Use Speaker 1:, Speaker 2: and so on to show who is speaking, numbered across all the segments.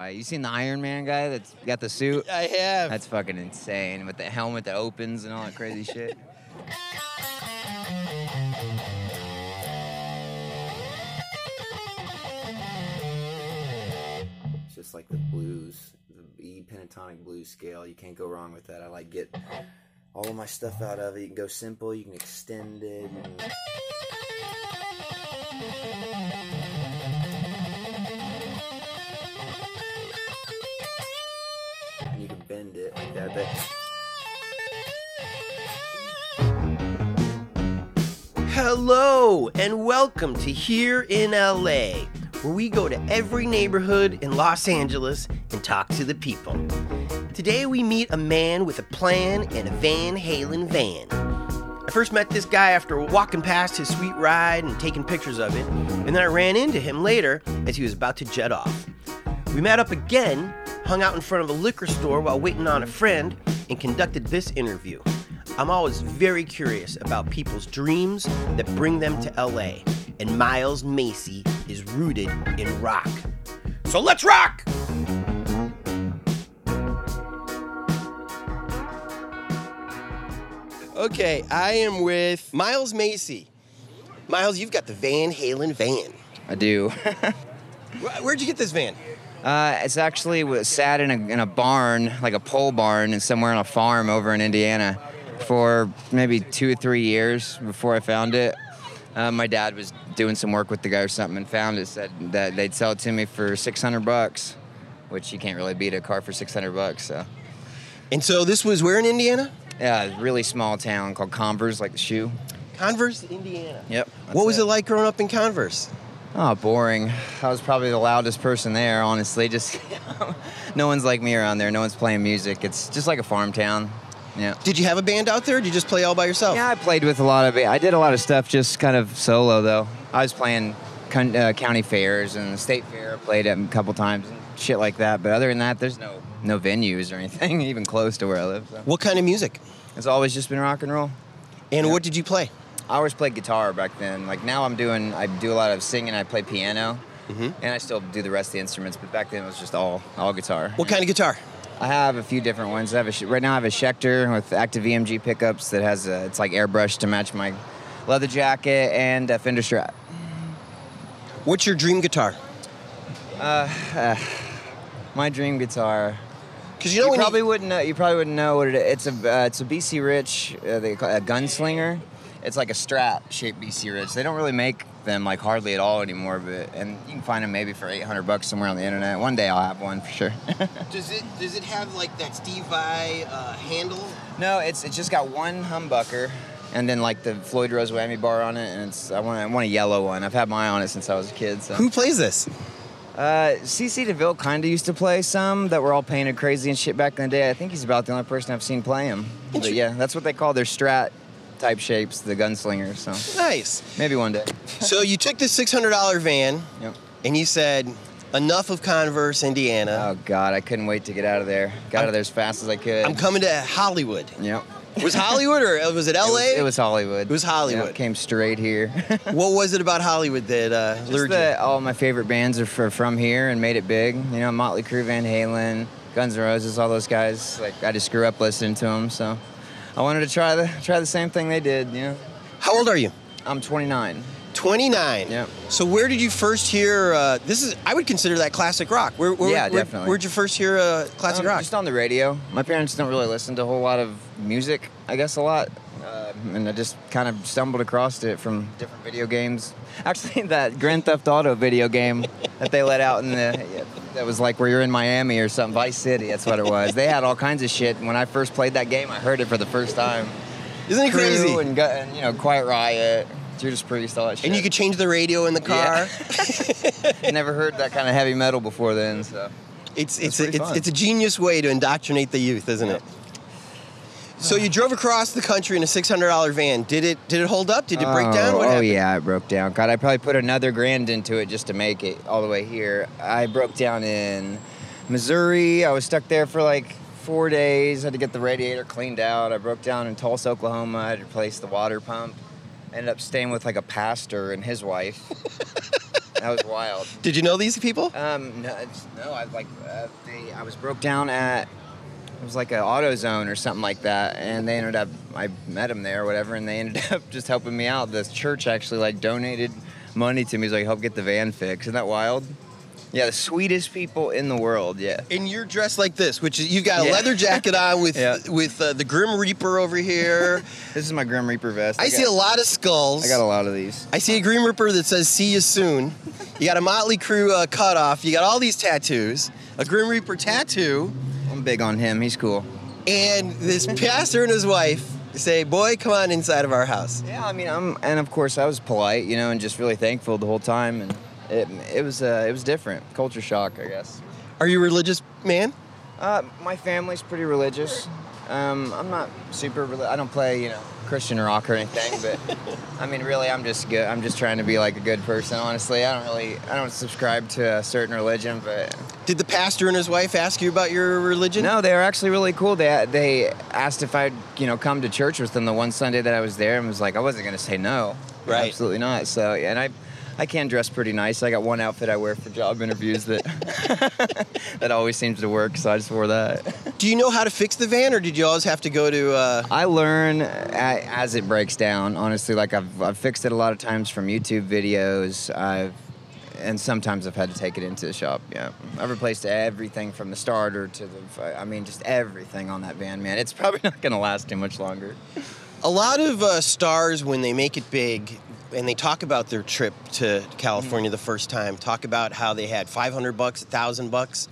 Speaker 1: Uh, you seen the Iron Man guy that's got the suit?
Speaker 2: I have.
Speaker 1: That's fucking insane with the helmet that opens and all that crazy shit.
Speaker 3: It's just like the blues, the E pentatonic blues scale. You can't go wrong with that. I like get all of my stuff out of it. You can go simple, you can extend it. you can- And you can bend it like that. But
Speaker 2: Hello, and welcome to Here in LA, where we go to every neighborhood in Los Angeles and talk to the people. Today, we meet a man with a plan and a Van Halen van. I first met this guy after walking past his sweet ride and taking pictures of it, and then I ran into him later as he was about to jet off. We met up again, hung out in front of a liquor store while waiting on a friend, and conducted this interview. I'm always very curious about people's dreams that bring them to LA, and Miles Macy is rooted in rock. So let's rock! Okay, I am with Miles Macy. Miles, you've got the Van Halen van.
Speaker 1: I do.
Speaker 2: Wh- Where'd you get this van?
Speaker 1: uh, it's actually was sat in a, in a barn, like a pole barn, and somewhere on a farm over in Indiana for maybe two or three years before I found it. Uh, my dad was doing some work with the guy or something and found it. Said that they'd sell it to me for 600 bucks, which you can't really beat a car for 600 bucks. So.
Speaker 2: And so this was where in Indiana?
Speaker 1: Yeah, a really small town called Converse, like the shoe.
Speaker 2: Converse, Indiana.
Speaker 1: Yep.
Speaker 2: What was it. like growing up in Converse?
Speaker 1: Oh, boring. I was probably the loudest person there, honestly. Just no one's like me around there. No one's playing music. It's just like a farm town. Yeah.
Speaker 2: Did you have a band out there? Or did you just play all by yourself?
Speaker 1: Yeah, I played with a lot of it. I did a lot of stuff just kind of solo, though. I was playing con- uh, county fairs and the state fair. I played it a couple times and shit like that. But other than that, there's no no venues or anything even close to where I live. So.
Speaker 2: What kind of music?
Speaker 1: It's always just been rock and roll.
Speaker 2: And what did you play?
Speaker 1: I always played guitar back then. Like now, I'm doing I do a lot of singing. I play piano, and I still do the rest of the instruments. But back then, it was just all all guitar.
Speaker 2: What kind of guitar?
Speaker 1: I have a few different ones. I have a Sch- right now. I have a Schecter with active EMG pickups that has a, it's like airbrush to match my leather jacket and a Fender Strat.
Speaker 2: What's your dream guitar?
Speaker 1: My dream guitar.
Speaker 2: Because you know
Speaker 1: You
Speaker 2: when you-
Speaker 1: probably wouldn't know. You probably wouldn't know what it is. It's a uh, it's a BC Rich. Uh, they call it a gunslinger. It's like a Strat shaped BC Rich. They don't really make them like hardly at all anymore. But and you can find them maybe for 800 bucks somewhere on the internet. One day I'll have one for sure.
Speaker 2: does it does it have like that Steve Vai uh, handle?
Speaker 1: no, it's it's just got one humbucker. And then like the Floyd Rose whammy bar on it, and it's I want I want a yellow one. I've had my on it since I was a kid. So.
Speaker 2: Who plays this?
Speaker 1: Uh, CC DeVille kind of used to play some that were all painted crazy and shit back in the day. I think he's about the only person I've seen play him. But
Speaker 2: Inter-
Speaker 1: yeah, that's what they call their strat type shapes, the gunslingers. So
Speaker 2: Nice.
Speaker 1: maybe one day.
Speaker 2: so you took this six hundred dollar van,
Speaker 1: Yep.
Speaker 2: and you said, "Enough of Converse, Indiana.
Speaker 1: Oh God, I couldn't wait to get out of there. Got out of there as fast as I could.
Speaker 2: I'm coming to Hollywood."
Speaker 1: Yep.
Speaker 2: Was Hollywood or was it
Speaker 1: It
Speaker 2: L.A.?
Speaker 1: was, it was Hollywood. It
Speaker 2: was Hollywood.
Speaker 1: came straight here.
Speaker 2: What was it about Hollywood that uh,
Speaker 1: Just
Speaker 2: lured
Speaker 1: that all my favorite bands are for, from here and made it big. You know, Motley Crue, Van Halen, Guns N' Roses, all those guys. Like I just grew up listening to them, so I wanted to try the try the same thing they did. You know.
Speaker 2: you? How old are you?
Speaker 1: I'm 29.
Speaker 2: 29.
Speaker 1: Yep.
Speaker 2: So where did you first hear? Uh, this is I would consider that classic rock. Where, where,
Speaker 1: Yeah,
Speaker 2: where,
Speaker 1: definitely.
Speaker 2: Where'd you first hear uh, classic
Speaker 1: Um,
Speaker 2: rock?
Speaker 1: Just on the radio. My parents don't really listen to a whole lot of music, I guess, a lot. Uh, and I just kind of stumbled across it from different video games. Actually, that Grand Theft Auto video game that they let out in the. yeah, That was like where you're in Miami or something, Vice City, that's what it was. They had all kinds of shit. And when I first played that game, I heard it for the first time.
Speaker 2: Isn't it crazy?
Speaker 1: Crew
Speaker 2: And,
Speaker 1: And, Gu- and, you know, Quiet Riot, Judas Priest, all that shit.
Speaker 2: you could change the radio in the car.
Speaker 1: Yeah. Never heard that kind of heavy metal before then, so.
Speaker 2: it's it's
Speaker 1: That's
Speaker 2: a,
Speaker 1: pretty
Speaker 2: it's,
Speaker 1: fun.
Speaker 2: it's a genius way to indoctrinate the youth, isn't it? So you drove across the country in a six hundred dollar van. Did it did it hold up? Did it break down?
Speaker 1: Oh,
Speaker 2: What
Speaker 1: oh
Speaker 2: happened?
Speaker 1: yeah, it broke down. God, I probably put another grand into it just to make it all the way here. I broke down in Missouri. I was stuck there for like four days. had to get the radiator cleaned out. I broke down in Tulsa, Oklahoma. I had to replace the water pump. Ended up staying with like a pastor and his wife. That was wild.
Speaker 2: Did you know these people?
Speaker 1: Um, no, it's- no, I like uh, they, I was broke down at it was like an auto zone or something like that, and they ended up I met them there or whatever, and they ended up just helping me out. The church actually like donated money to me, was like help get the van fixed. Isn't that wild? Yeah, the sweetest people in the world. Yeah.
Speaker 2: And you're dressed like this, which is you've got a
Speaker 1: Yeah.
Speaker 2: leather jacket on with
Speaker 1: Yeah.
Speaker 2: with uh, the Grim Reaper over here.
Speaker 1: This is my Grim Reaper vest.
Speaker 2: I, see a
Speaker 1: got-
Speaker 2: lot of skulls.
Speaker 1: I got a lot of these.
Speaker 2: I see a Grim Reaper that says "See you soon." You got a Motley Crue uh, cutoff. You got all these tattoos. A Grim Reaper tattoo,
Speaker 1: I'm big on him. He's cool.
Speaker 2: and this pastor and his wife say, "Boy, come on inside of our house."
Speaker 1: Yeah, I mean, I'm, and of course I was polite, you know, and just really thankful the whole time, and it, it was uh, it was different. Culture shock, I guess.
Speaker 2: Are you a religious man?
Speaker 1: Uh, my family's pretty religious. Um, I'm not super. Reli- I don't play, you know, Christian rock or anything. But I mean, really, I'm just good. I'm just trying to be like a good person. Honestly, I don't really. I don't subscribe to a certain religion, but
Speaker 2: Did the pastor and his wife ask you about your religion?
Speaker 1: no, they were actually really cool. They they asked if I'd you know come to church with them the one Sunday that I was there, and was like, I wasn't gonna say no.
Speaker 2: Right.
Speaker 1: Absolutely not. So, yeah, and I. I can dress pretty nice. I got one outfit I wear for job interviews that that always seems to work, so I just wore that.
Speaker 2: Do you know how to fix the van, or did you always have to go to? Uh,
Speaker 1: I learn a- as it breaks down. Honestly, like I've, I've fixed it a lot of times from YouTube videos. I've and sometimes I've had to take it into the shop. Yeah, I've replaced everything from the starter to the. I mean, just everything on that van, man. It's probably not gonna last too much longer.
Speaker 2: A lot of uh, stars, when they make it big and they talk about their trip to California the first time, talk about how they had 500 bucks, 1,000 bucks.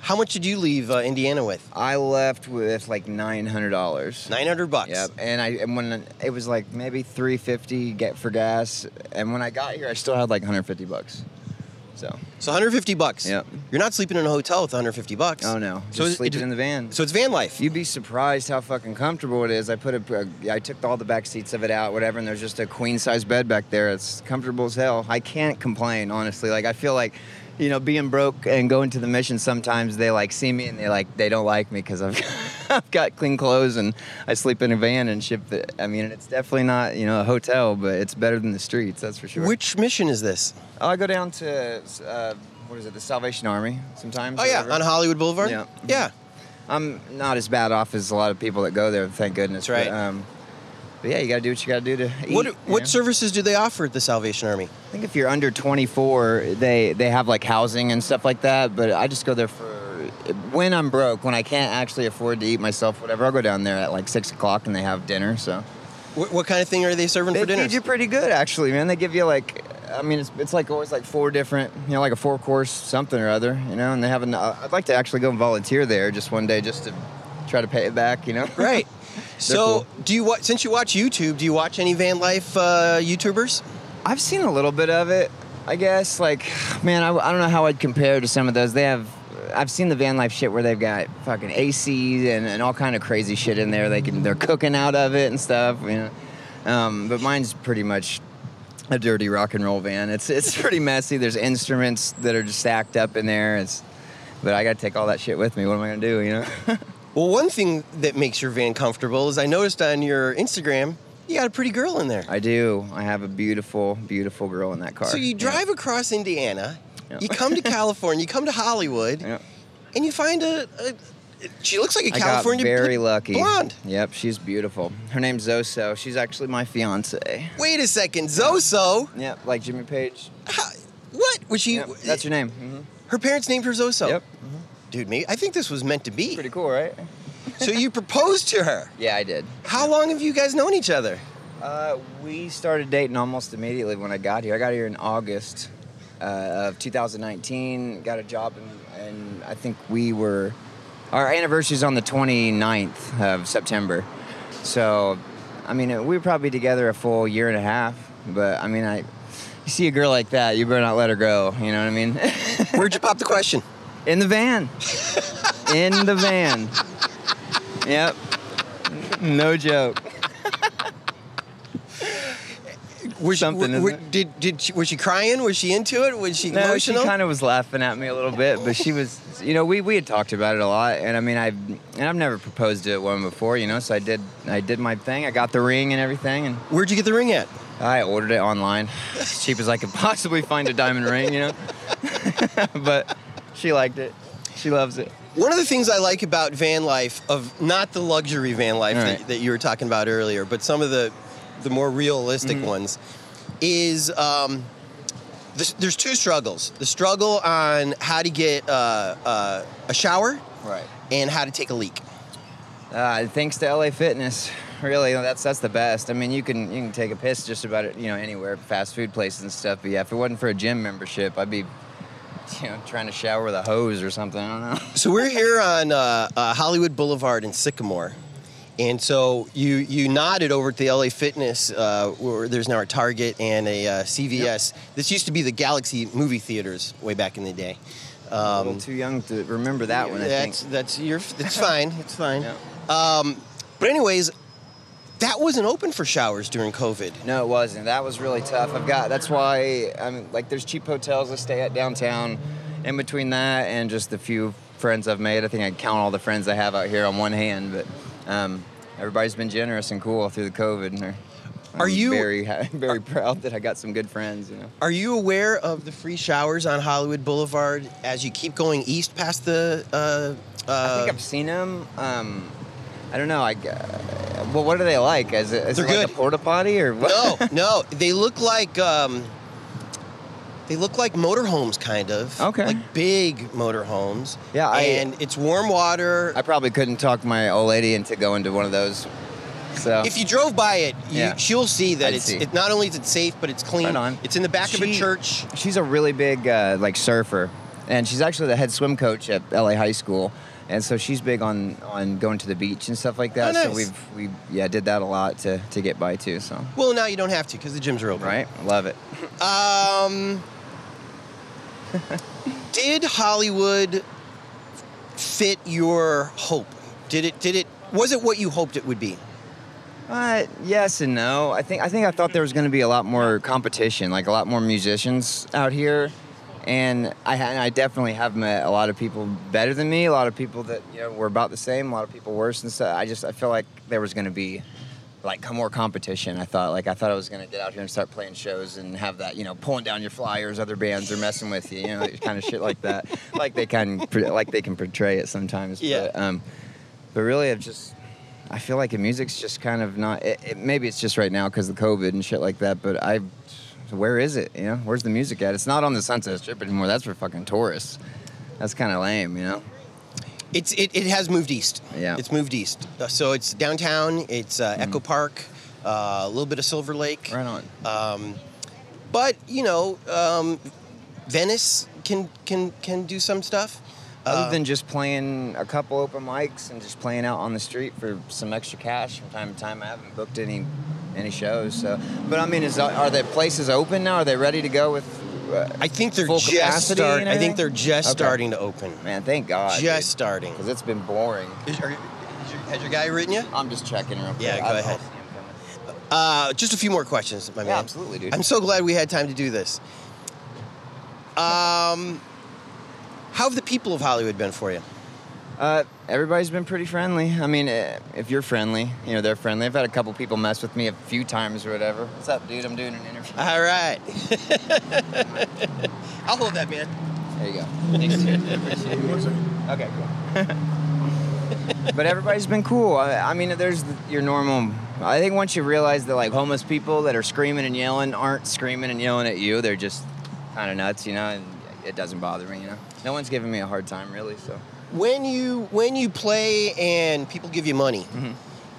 Speaker 2: How much did you leave uh, Indiana with?
Speaker 1: I left with like nine hundred dollars.
Speaker 2: 900 bucks.
Speaker 1: Yep, and I and when it was like maybe three fifty get for gas, and when I got here, I still had like hundred fifty bucks. So,
Speaker 2: So 150 bucks.
Speaker 1: Yep.
Speaker 2: You're not sleeping in a hotel with 150 bucks.
Speaker 1: oh no, just
Speaker 2: So it-
Speaker 1: sleeping in the van.
Speaker 2: So it's van life.
Speaker 1: You'd be surprised how fucking comfortable it is. I put a, I took all the back seats of it out, whatever, and there's just a queen size bed back there. It's comfortable as hell. I can't complain, honestly. Like I feel like, you know, being broke and going to the mission. Sometimes they like see me and they like they don't like me because I've, I've got clean clothes and I sleep in a van and ship. The, I mean, it's definitely not you know a hotel, but it's better than the streets. That's for sure. Oh,
Speaker 2: Which mission is this?
Speaker 1: I go down to. Uh, what is it? The Salvation Army. Sometimes.
Speaker 2: Oh
Speaker 1: or
Speaker 2: yeah,
Speaker 1: whatever.
Speaker 2: on Hollywood Boulevard.
Speaker 1: Yeah.
Speaker 2: Yeah.
Speaker 1: I'm not as bad off as a lot of people that go there. Thank goodness.
Speaker 2: That's right.
Speaker 1: But, um, but yeah, you got to do what you got to do to eat.
Speaker 2: What
Speaker 1: you
Speaker 2: what
Speaker 1: know?
Speaker 2: services do they offer at the Salvation Army?
Speaker 1: I think if you're under 24, they they have like housing and stuff like that. But I just go there for when I'm broke, when I can't actually afford to eat myself, whatever. I'll go down there at like six o'clock and they have dinner. So
Speaker 2: What, what kind of thing are they serving
Speaker 1: they
Speaker 2: for dinner?
Speaker 1: feed you pretty good, actually, man. They give you like. I mean, it's, it's like always like four different, you know, like a four course something or other, you know. And they have an. uh, I'd like to actually go and volunteer there just one day, just to try to pay it back, you know.
Speaker 2: Right. so,
Speaker 1: cool.
Speaker 2: do you wa- since you watch YouTube, do you watch any van life uh, YouTubers?
Speaker 1: I've seen a little bit of it, I guess. Like, man, I, I don't know how I'd compare to some of those. They have, I've seen the van life shit where they've got fucking ACs and, and all kind of crazy shit in there. They can, they're cooking out of it and stuff. You know, um, but mine's pretty much a dirty rock and roll van. It's it's pretty messy. There's instruments that are just stacked up in there. It's, but I got to take all that shit with me. What am I gonna do? You know.
Speaker 2: Well, one thing that makes your van comfortable is I noticed on your Instagram you got a pretty girl in there.
Speaker 1: I do. I have a beautiful, beautiful girl in that car.
Speaker 2: So you
Speaker 1: Yeah.
Speaker 2: drive across Indiana,
Speaker 1: Yeah.
Speaker 2: you come to California, you come to Hollywood,
Speaker 1: Yeah.
Speaker 2: and you find a, a she looks like a
Speaker 1: I
Speaker 2: California
Speaker 1: got
Speaker 2: bl-
Speaker 1: very lucky.
Speaker 2: blonde.
Speaker 1: Yep, she's beautiful. Her name's Zoso. She's actually my fiance.
Speaker 2: Wait a second, Zoso.
Speaker 1: Yep, like Jimmy Page.
Speaker 2: How- what was she?
Speaker 1: Yep, that's her name. hmm
Speaker 2: Her parents named her Zoso.
Speaker 1: Yep.
Speaker 2: Dude, me. I think this was meant to be.
Speaker 1: Pretty cool, right?
Speaker 2: so you proposed to her.
Speaker 1: Yeah, I did.
Speaker 2: How long have you guys known each other?
Speaker 1: Uh, we started dating almost immediately when I got here. I got here in August uh, of 2019. Got a job, and, and I think we were our anniversary's on the 29th of September. So, I mean, we were probably together a full year and a half. But I mean, I you see a girl like that, you better not let her go. You know what I mean?
Speaker 2: Where'd you pop the question?
Speaker 1: in the van. in the van. Yep. No joke.
Speaker 2: Was
Speaker 1: Something,
Speaker 2: She,
Speaker 1: isn't
Speaker 2: were-
Speaker 1: it?
Speaker 2: Did did she, was she crying? Was she into it? Was she
Speaker 1: No,
Speaker 2: emotional?
Speaker 1: she kind of was laughing at me a little bit, but she was, you know, we, we had talked about it a lot, and I mean, I and I've never proposed to a woman before, you know, so I did I did my thing, I got the ring and everything, and
Speaker 2: Where'd you get the ring at?
Speaker 1: I ordered it online, as cheap as I could possibly find a diamond ring, you know. but she liked it. She loves it.
Speaker 2: One of the things I like about van life, of not the luxury van life
Speaker 1: All
Speaker 2: that,
Speaker 1: right.
Speaker 2: that you were talking about earlier, but some of the the more realistic ones, is um, there's, there's two struggles: the struggle on how to get uh, uh, a shower
Speaker 1: Right.
Speaker 2: and how to take a leak.
Speaker 1: Uh, thanks to LA Fitness, really, that's that's the best. I mean, you can you can take a piss just about it, you know, anywhere, fast food places and stuff. But yeah, if it wasn't for a gym membership, I'd be, you know, trying to shower with a hose or something. I don't know.
Speaker 2: So we're here on uh, uh, Hollywood Boulevard in Sycamore, and so you you nodded over to the LA Fitness, uh, where there's now a Target and a uh, CVS. This used to be the Galaxy movie theaters way back in the day. Um,
Speaker 1: a little too young to remember that one. I think.
Speaker 2: that's that's your that's fine. It's fine.
Speaker 1: Yeah.
Speaker 2: Um, but anyways, that wasn't open for showers during COVID.
Speaker 1: No, it wasn't. That was really tough. I've got. That's why I'm like. There's cheap hotels I stay at downtown. In between that and just the few friends I've made, I think I can count all the friends I have out here on one hand. But um, everybody's been generous and cool through the COVID. And they're-
Speaker 2: Are
Speaker 1: I'm
Speaker 2: you-
Speaker 1: very ha- very proud that I got some good friends? You know.
Speaker 2: Are you aware of the free showers on Hollywood Boulevard as you keep going east past the? Uh,
Speaker 1: I
Speaker 2: uh,
Speaker 1: think I've seen them. Um, I don't know. I. g- well, what are they like? Is it, is it
Speaker 2: They're
Speaker 1: like
Speaker 2: good.
Speaker 1: a porta potty or what?
Speaker 2: No, no. They look like um, they look like motorhomes, kind of.
Speaker 1: Okay.
Speaker 2: Like big motorhomes.
Speaker 1: Yeah, I-
Speaker 2: and it's warm water.
Speaker 1: I probably couldn't talk my old lady into going to one of those. So
Speaker 2: if you drove by it, you,
Speaker 1: Yeah.
Speaker 2: she'll see that
Speaker 1: I'd
Speaker 2: it's
Speaker 1: see.
Speaker 2: It, not only is it safe, but it's clean.
Speaker 1: Right on.
Speaker 2: It's in the back of a
Speaker 1: She-
Speaker 2: church.
Speaker 1: She's a really big uh, like surfer, and she's actually the head swim coach at LA High School, and so she's big on on going to the beach and stuff like that.
Speaker 2: Oh,
Speaker 1: So
Speaker 2: nice.
Speaker 1: we've we yeah did that a lot to to get by too. So
Speaker 2: Well, now you don't have to because the gyms are open.
Speaker 1: right, love it.
Speaker 2: Um, did Hollywood fit your hope? Did it? Did it? Was it what you hoped it would be?
Speaker 1: Uh, yes and no. I think I think I thought there was going to be a lot more competition, like a lot more musicians out here, and I ha- and I definitely have met a lot of people better than me, a lot of people that you know were about the same, a lot of people worse and stuff. I just I feel like there was going to be like co- more competition. I thought like I thought I was going to get out here and start playing shows and have that you know pulling down your flyers, other bands are messing with you, you know, kind of shit like that, like they can like they can portray it sometimes.
Speaker 2: Yeah.
Speaker 1: But, um, but really, I've just I feel like the music's just kind of not. It, it, maybe it's just right now because of COVID and shit like that. But I, where is it? You know, where's the music at? It's not on the Sunset Strip anymore. That's for fucking tourists. That's kind of lame, you know.
Speaker 2: It's it, it has moved east.
Speaker 1: Yeah. Mm.
Speaker 2: It's moved east. Uh, So it's downtown. It's uh, Echo Park. Uh, a little bit of Silver Lake.
Speaker 1: Right on.
Speaker 2: Um, but you know, um, Venice can can can do some stuff.
Speaker 1: Other
Speaker 2: Uh,
Speaker 1: than just playing a couple open mics and just playing out on the street for some extra cash from time to time, I haven't booked any any shows. So, but I mean, is are the places open now? Are they ready to go with? Uh,
Speaker 2: I think they're
Speaker 1: full
Speaker 2: just
Speaker 1: capacity
Speaker 2: start,
Speaker 1: and
Speaker 2: I think
Speaker 1: everything?
Speaker 2: they're just
Speaker 1: Okay.
Speaker 2: starting to open.
Speaker 1: man, thank God.
Speaker 2: just starting.
Speaker 1: because it's been boring.
Speaker 2: Is- are- is your- has your guy written you?
Speaker 1: I'm just checking real quick.
Speaker 2: Yeah, go
Speaker 1: I'll- I'll
Speaker 2: ahead.
Speaker 1: see him coming.
Speaker 2: Uh, just a few more questions, my
Speaker 1: Yeah,
Speaker 2: man.
Speaker 1: absolutely, dude.
Speaker 2: I'm so glad we had time to do this. Um, how have the people of Hollywood been for you?
Speaker 1: Uh, everybody's been pretty friendly. I mean, eh, if you're friendly, you know they're friendly. I've had a couple people mess with me a few times or whatever. What's up, dude? I'm doing an interview.
Speaker 2: All right. I'll hold that, man.
Speaker 1: There you go. Thanks, dude. Appreciate it. okay, cool. but everybody's been cool. I, I mean, there's th- your normal. I think once you realize that like homeless people that are screaming and yelling aren't screaming and yelling at you, they're just kind of nuts, you know. And it doesn't bother me, you know. No one's giving me a hard time really, so.
Speaker 2: When you when you play and people give you money,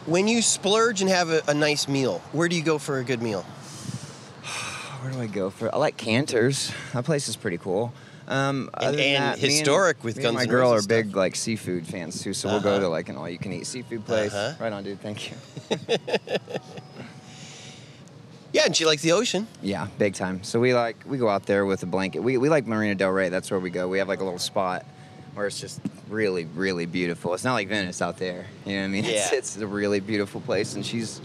Speaker 2: when you splurge and have a, a nice meal, where do you go for a good meal?
Speaker 1: Where do I go for? I like Cantor's. That place is pretty cool. Um, other than
Speaker 2: and
Speaker 1: that, me
Speaker 2: historic with
Speaker 1: me
Speaker 2: Guns
Speaker 1: My
Speaker 2: N'
Speaker 1: girl are
Speaker 2: Roses
Speaker 1: big
Speaker 2: stuff.
Speaker 1: like seafood fans too, so we'll go
Speaker 2: Uh-huh.
Speaker 1: to like an all-you-can-eat seafood place.
Speaker 2: Uh-huh.
Speaker 1: Right on, dude. Thank you.
Speaker 2: Yeah, and she likes the ocean.
Speaker 1: Yeah, big time. So we like we go out there with a blanket. We we like Marina Del Rey. That's where we go. We have like a little spot where it's just really really beautiful. It's not like Venice out there. You know what I mean? It's,
Speaker 2: Yeah.
Speaker 1: it's a really beautiful place, and she's.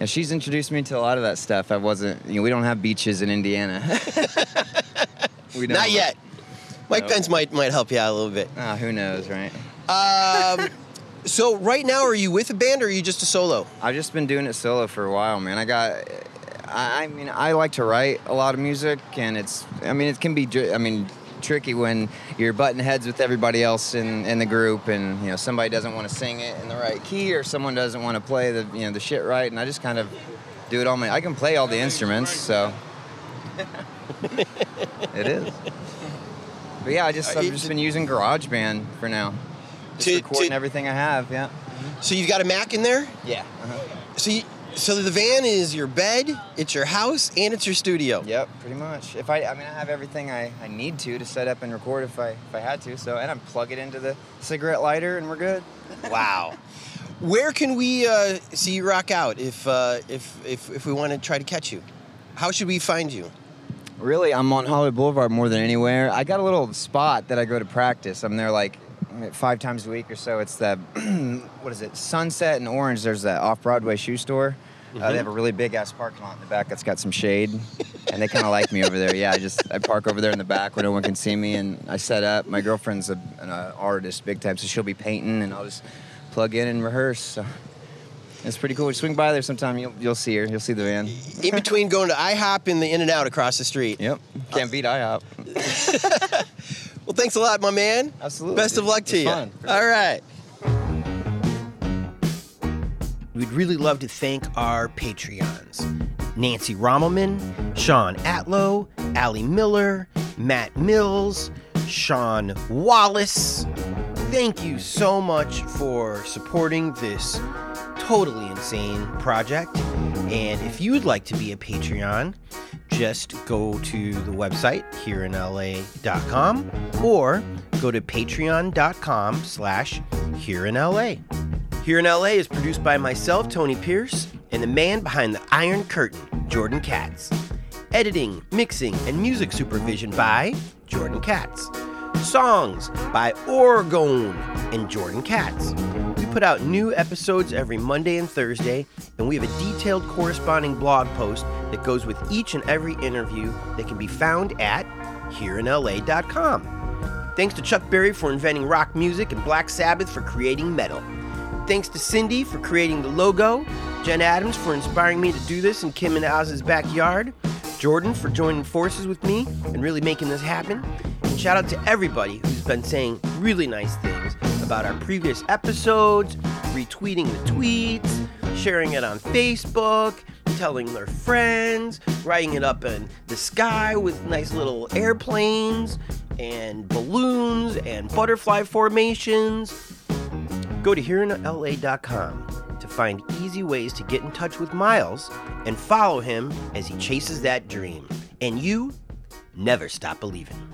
Speaker 1: And she's introduced me to a lot of that stuff. I wasn't, you know, we don't have beaches in Indiana. we
Speaker 2: Not yet. Mike
Speaker 1: No.
Speaker 2: Pence might might help you out a little bit.
Speaker 1: Ah, who knows, right?
Speaker 2: Um, so right now, are you with a band or are you just a solo?
Speaker 1: I've just been doing it solo for a while, man. I got, I, I mean, I like to write a lot of music, and it's. I mean, it can be. dr- I mean, tricky when you're butting heads with everybody else in, in the group, and you know somebody doesn't want to sing it in the right key, or someone doesn't want to play the you know the shit right, and I just kind of do it all my. I can play all the instruments, so. it is. But yeah, I just
Speaker 4: Uh,
Speaker 1: I've
Speaker 4: it-
Speaker 1: just been using GarageBand for now. Just
Speaker 4: To-
Speaker 1: recording
Speaker 4: to-
Speaker 1: everything I have. Yeah. Uh-huh.
Speaker 4: So you've got a Mac in there.
Speaker 1: Yeah.
Speaker 4: So you, so the van is your bed, it's your house, and it's your studio.
Speaker 1: Yep, pretty much. If I, I mean, I have everything I, I need to to set up and record if I if I had to. So, and I plug it into the cigarette lighter, and we're good.
Speaker 4: Wow. Where can we uh, see you rock out if uh, if, if if we want to try to catch you? How should we find you?
Speaker 1: Really, I'm on Hollywood Boulevard more than anywhere. I got a little spot that I go to practice. I'm there like five times a week or so. It's the what is it? Sunset and Orange. There's that off Broadway shoe store. Uh, they have a really big ass parking lot in the back that's got some shade, and they kind of like me over there. Yeah, I just I park over there in the back where no one can see me, and I set up. My girlfriend's a, an uh, artist, big time, so she'll be painting, and I'll just plug in and rehearse. So it's pretty cool. Swing by there sometime. You'll you'll see her. You'll see the van.
Speaker 4: In between going to IHOP and the In and Out across the street.
Speaker 1: Yep, can't beat IHOP.
Speaker 4: Well, thanks a lot, my man.
Speaker 1: Absolutely,
Speaker 4: Best of
Speaker 1: dude.
Speaker 4: luck
Speaker 1: It
Speaker 4: to
Speaker 1: was
Speaker 4: you.
Speaker 1: fun.
Speaker 4: All right.
Speaker 2: We'd really love to thank our Patreons Nancy Rommelman, Sean Atlow, Allie Miller, Matt Mills, Sean Wallace. Thank you so much for supporting this totally insane project. And if you'd like to be a Patreon, just go to the website hereinla.com or go to patreon.com slash hereinla. Here in LA is produced by myself, Tony Pierce, and the man behind the Iron Curtain, Jordan Katz. Editing, mixing, and music supervision by Jordan Katz. Songs by Orgone and Jordan Katz. We put out new episodes every Monday and Thursday, and we have a detailed corresponding blog post that goes with each and every interview that can be found at hereinla.com. Thanks to Chuck Berry for inventing rock music and Black Sabbath for creating metal. Thanks to Cindy for creating the logo, Jen Adams for inspiring me to do this in Kim and Oz's backyard, Jordan for joining forces with me and really making this happen, and shout out to everybody who's been saying really nice things about our previous episodes, retweeting the tweets, sharing it on Facebook, telling their friends, writing it up in the sky with nice little airplanes and balloons and butterfly formations. Go to hereinla.com to find easy ways to get in touch with Miles and follow him as he chases that dream. And you never stop believing.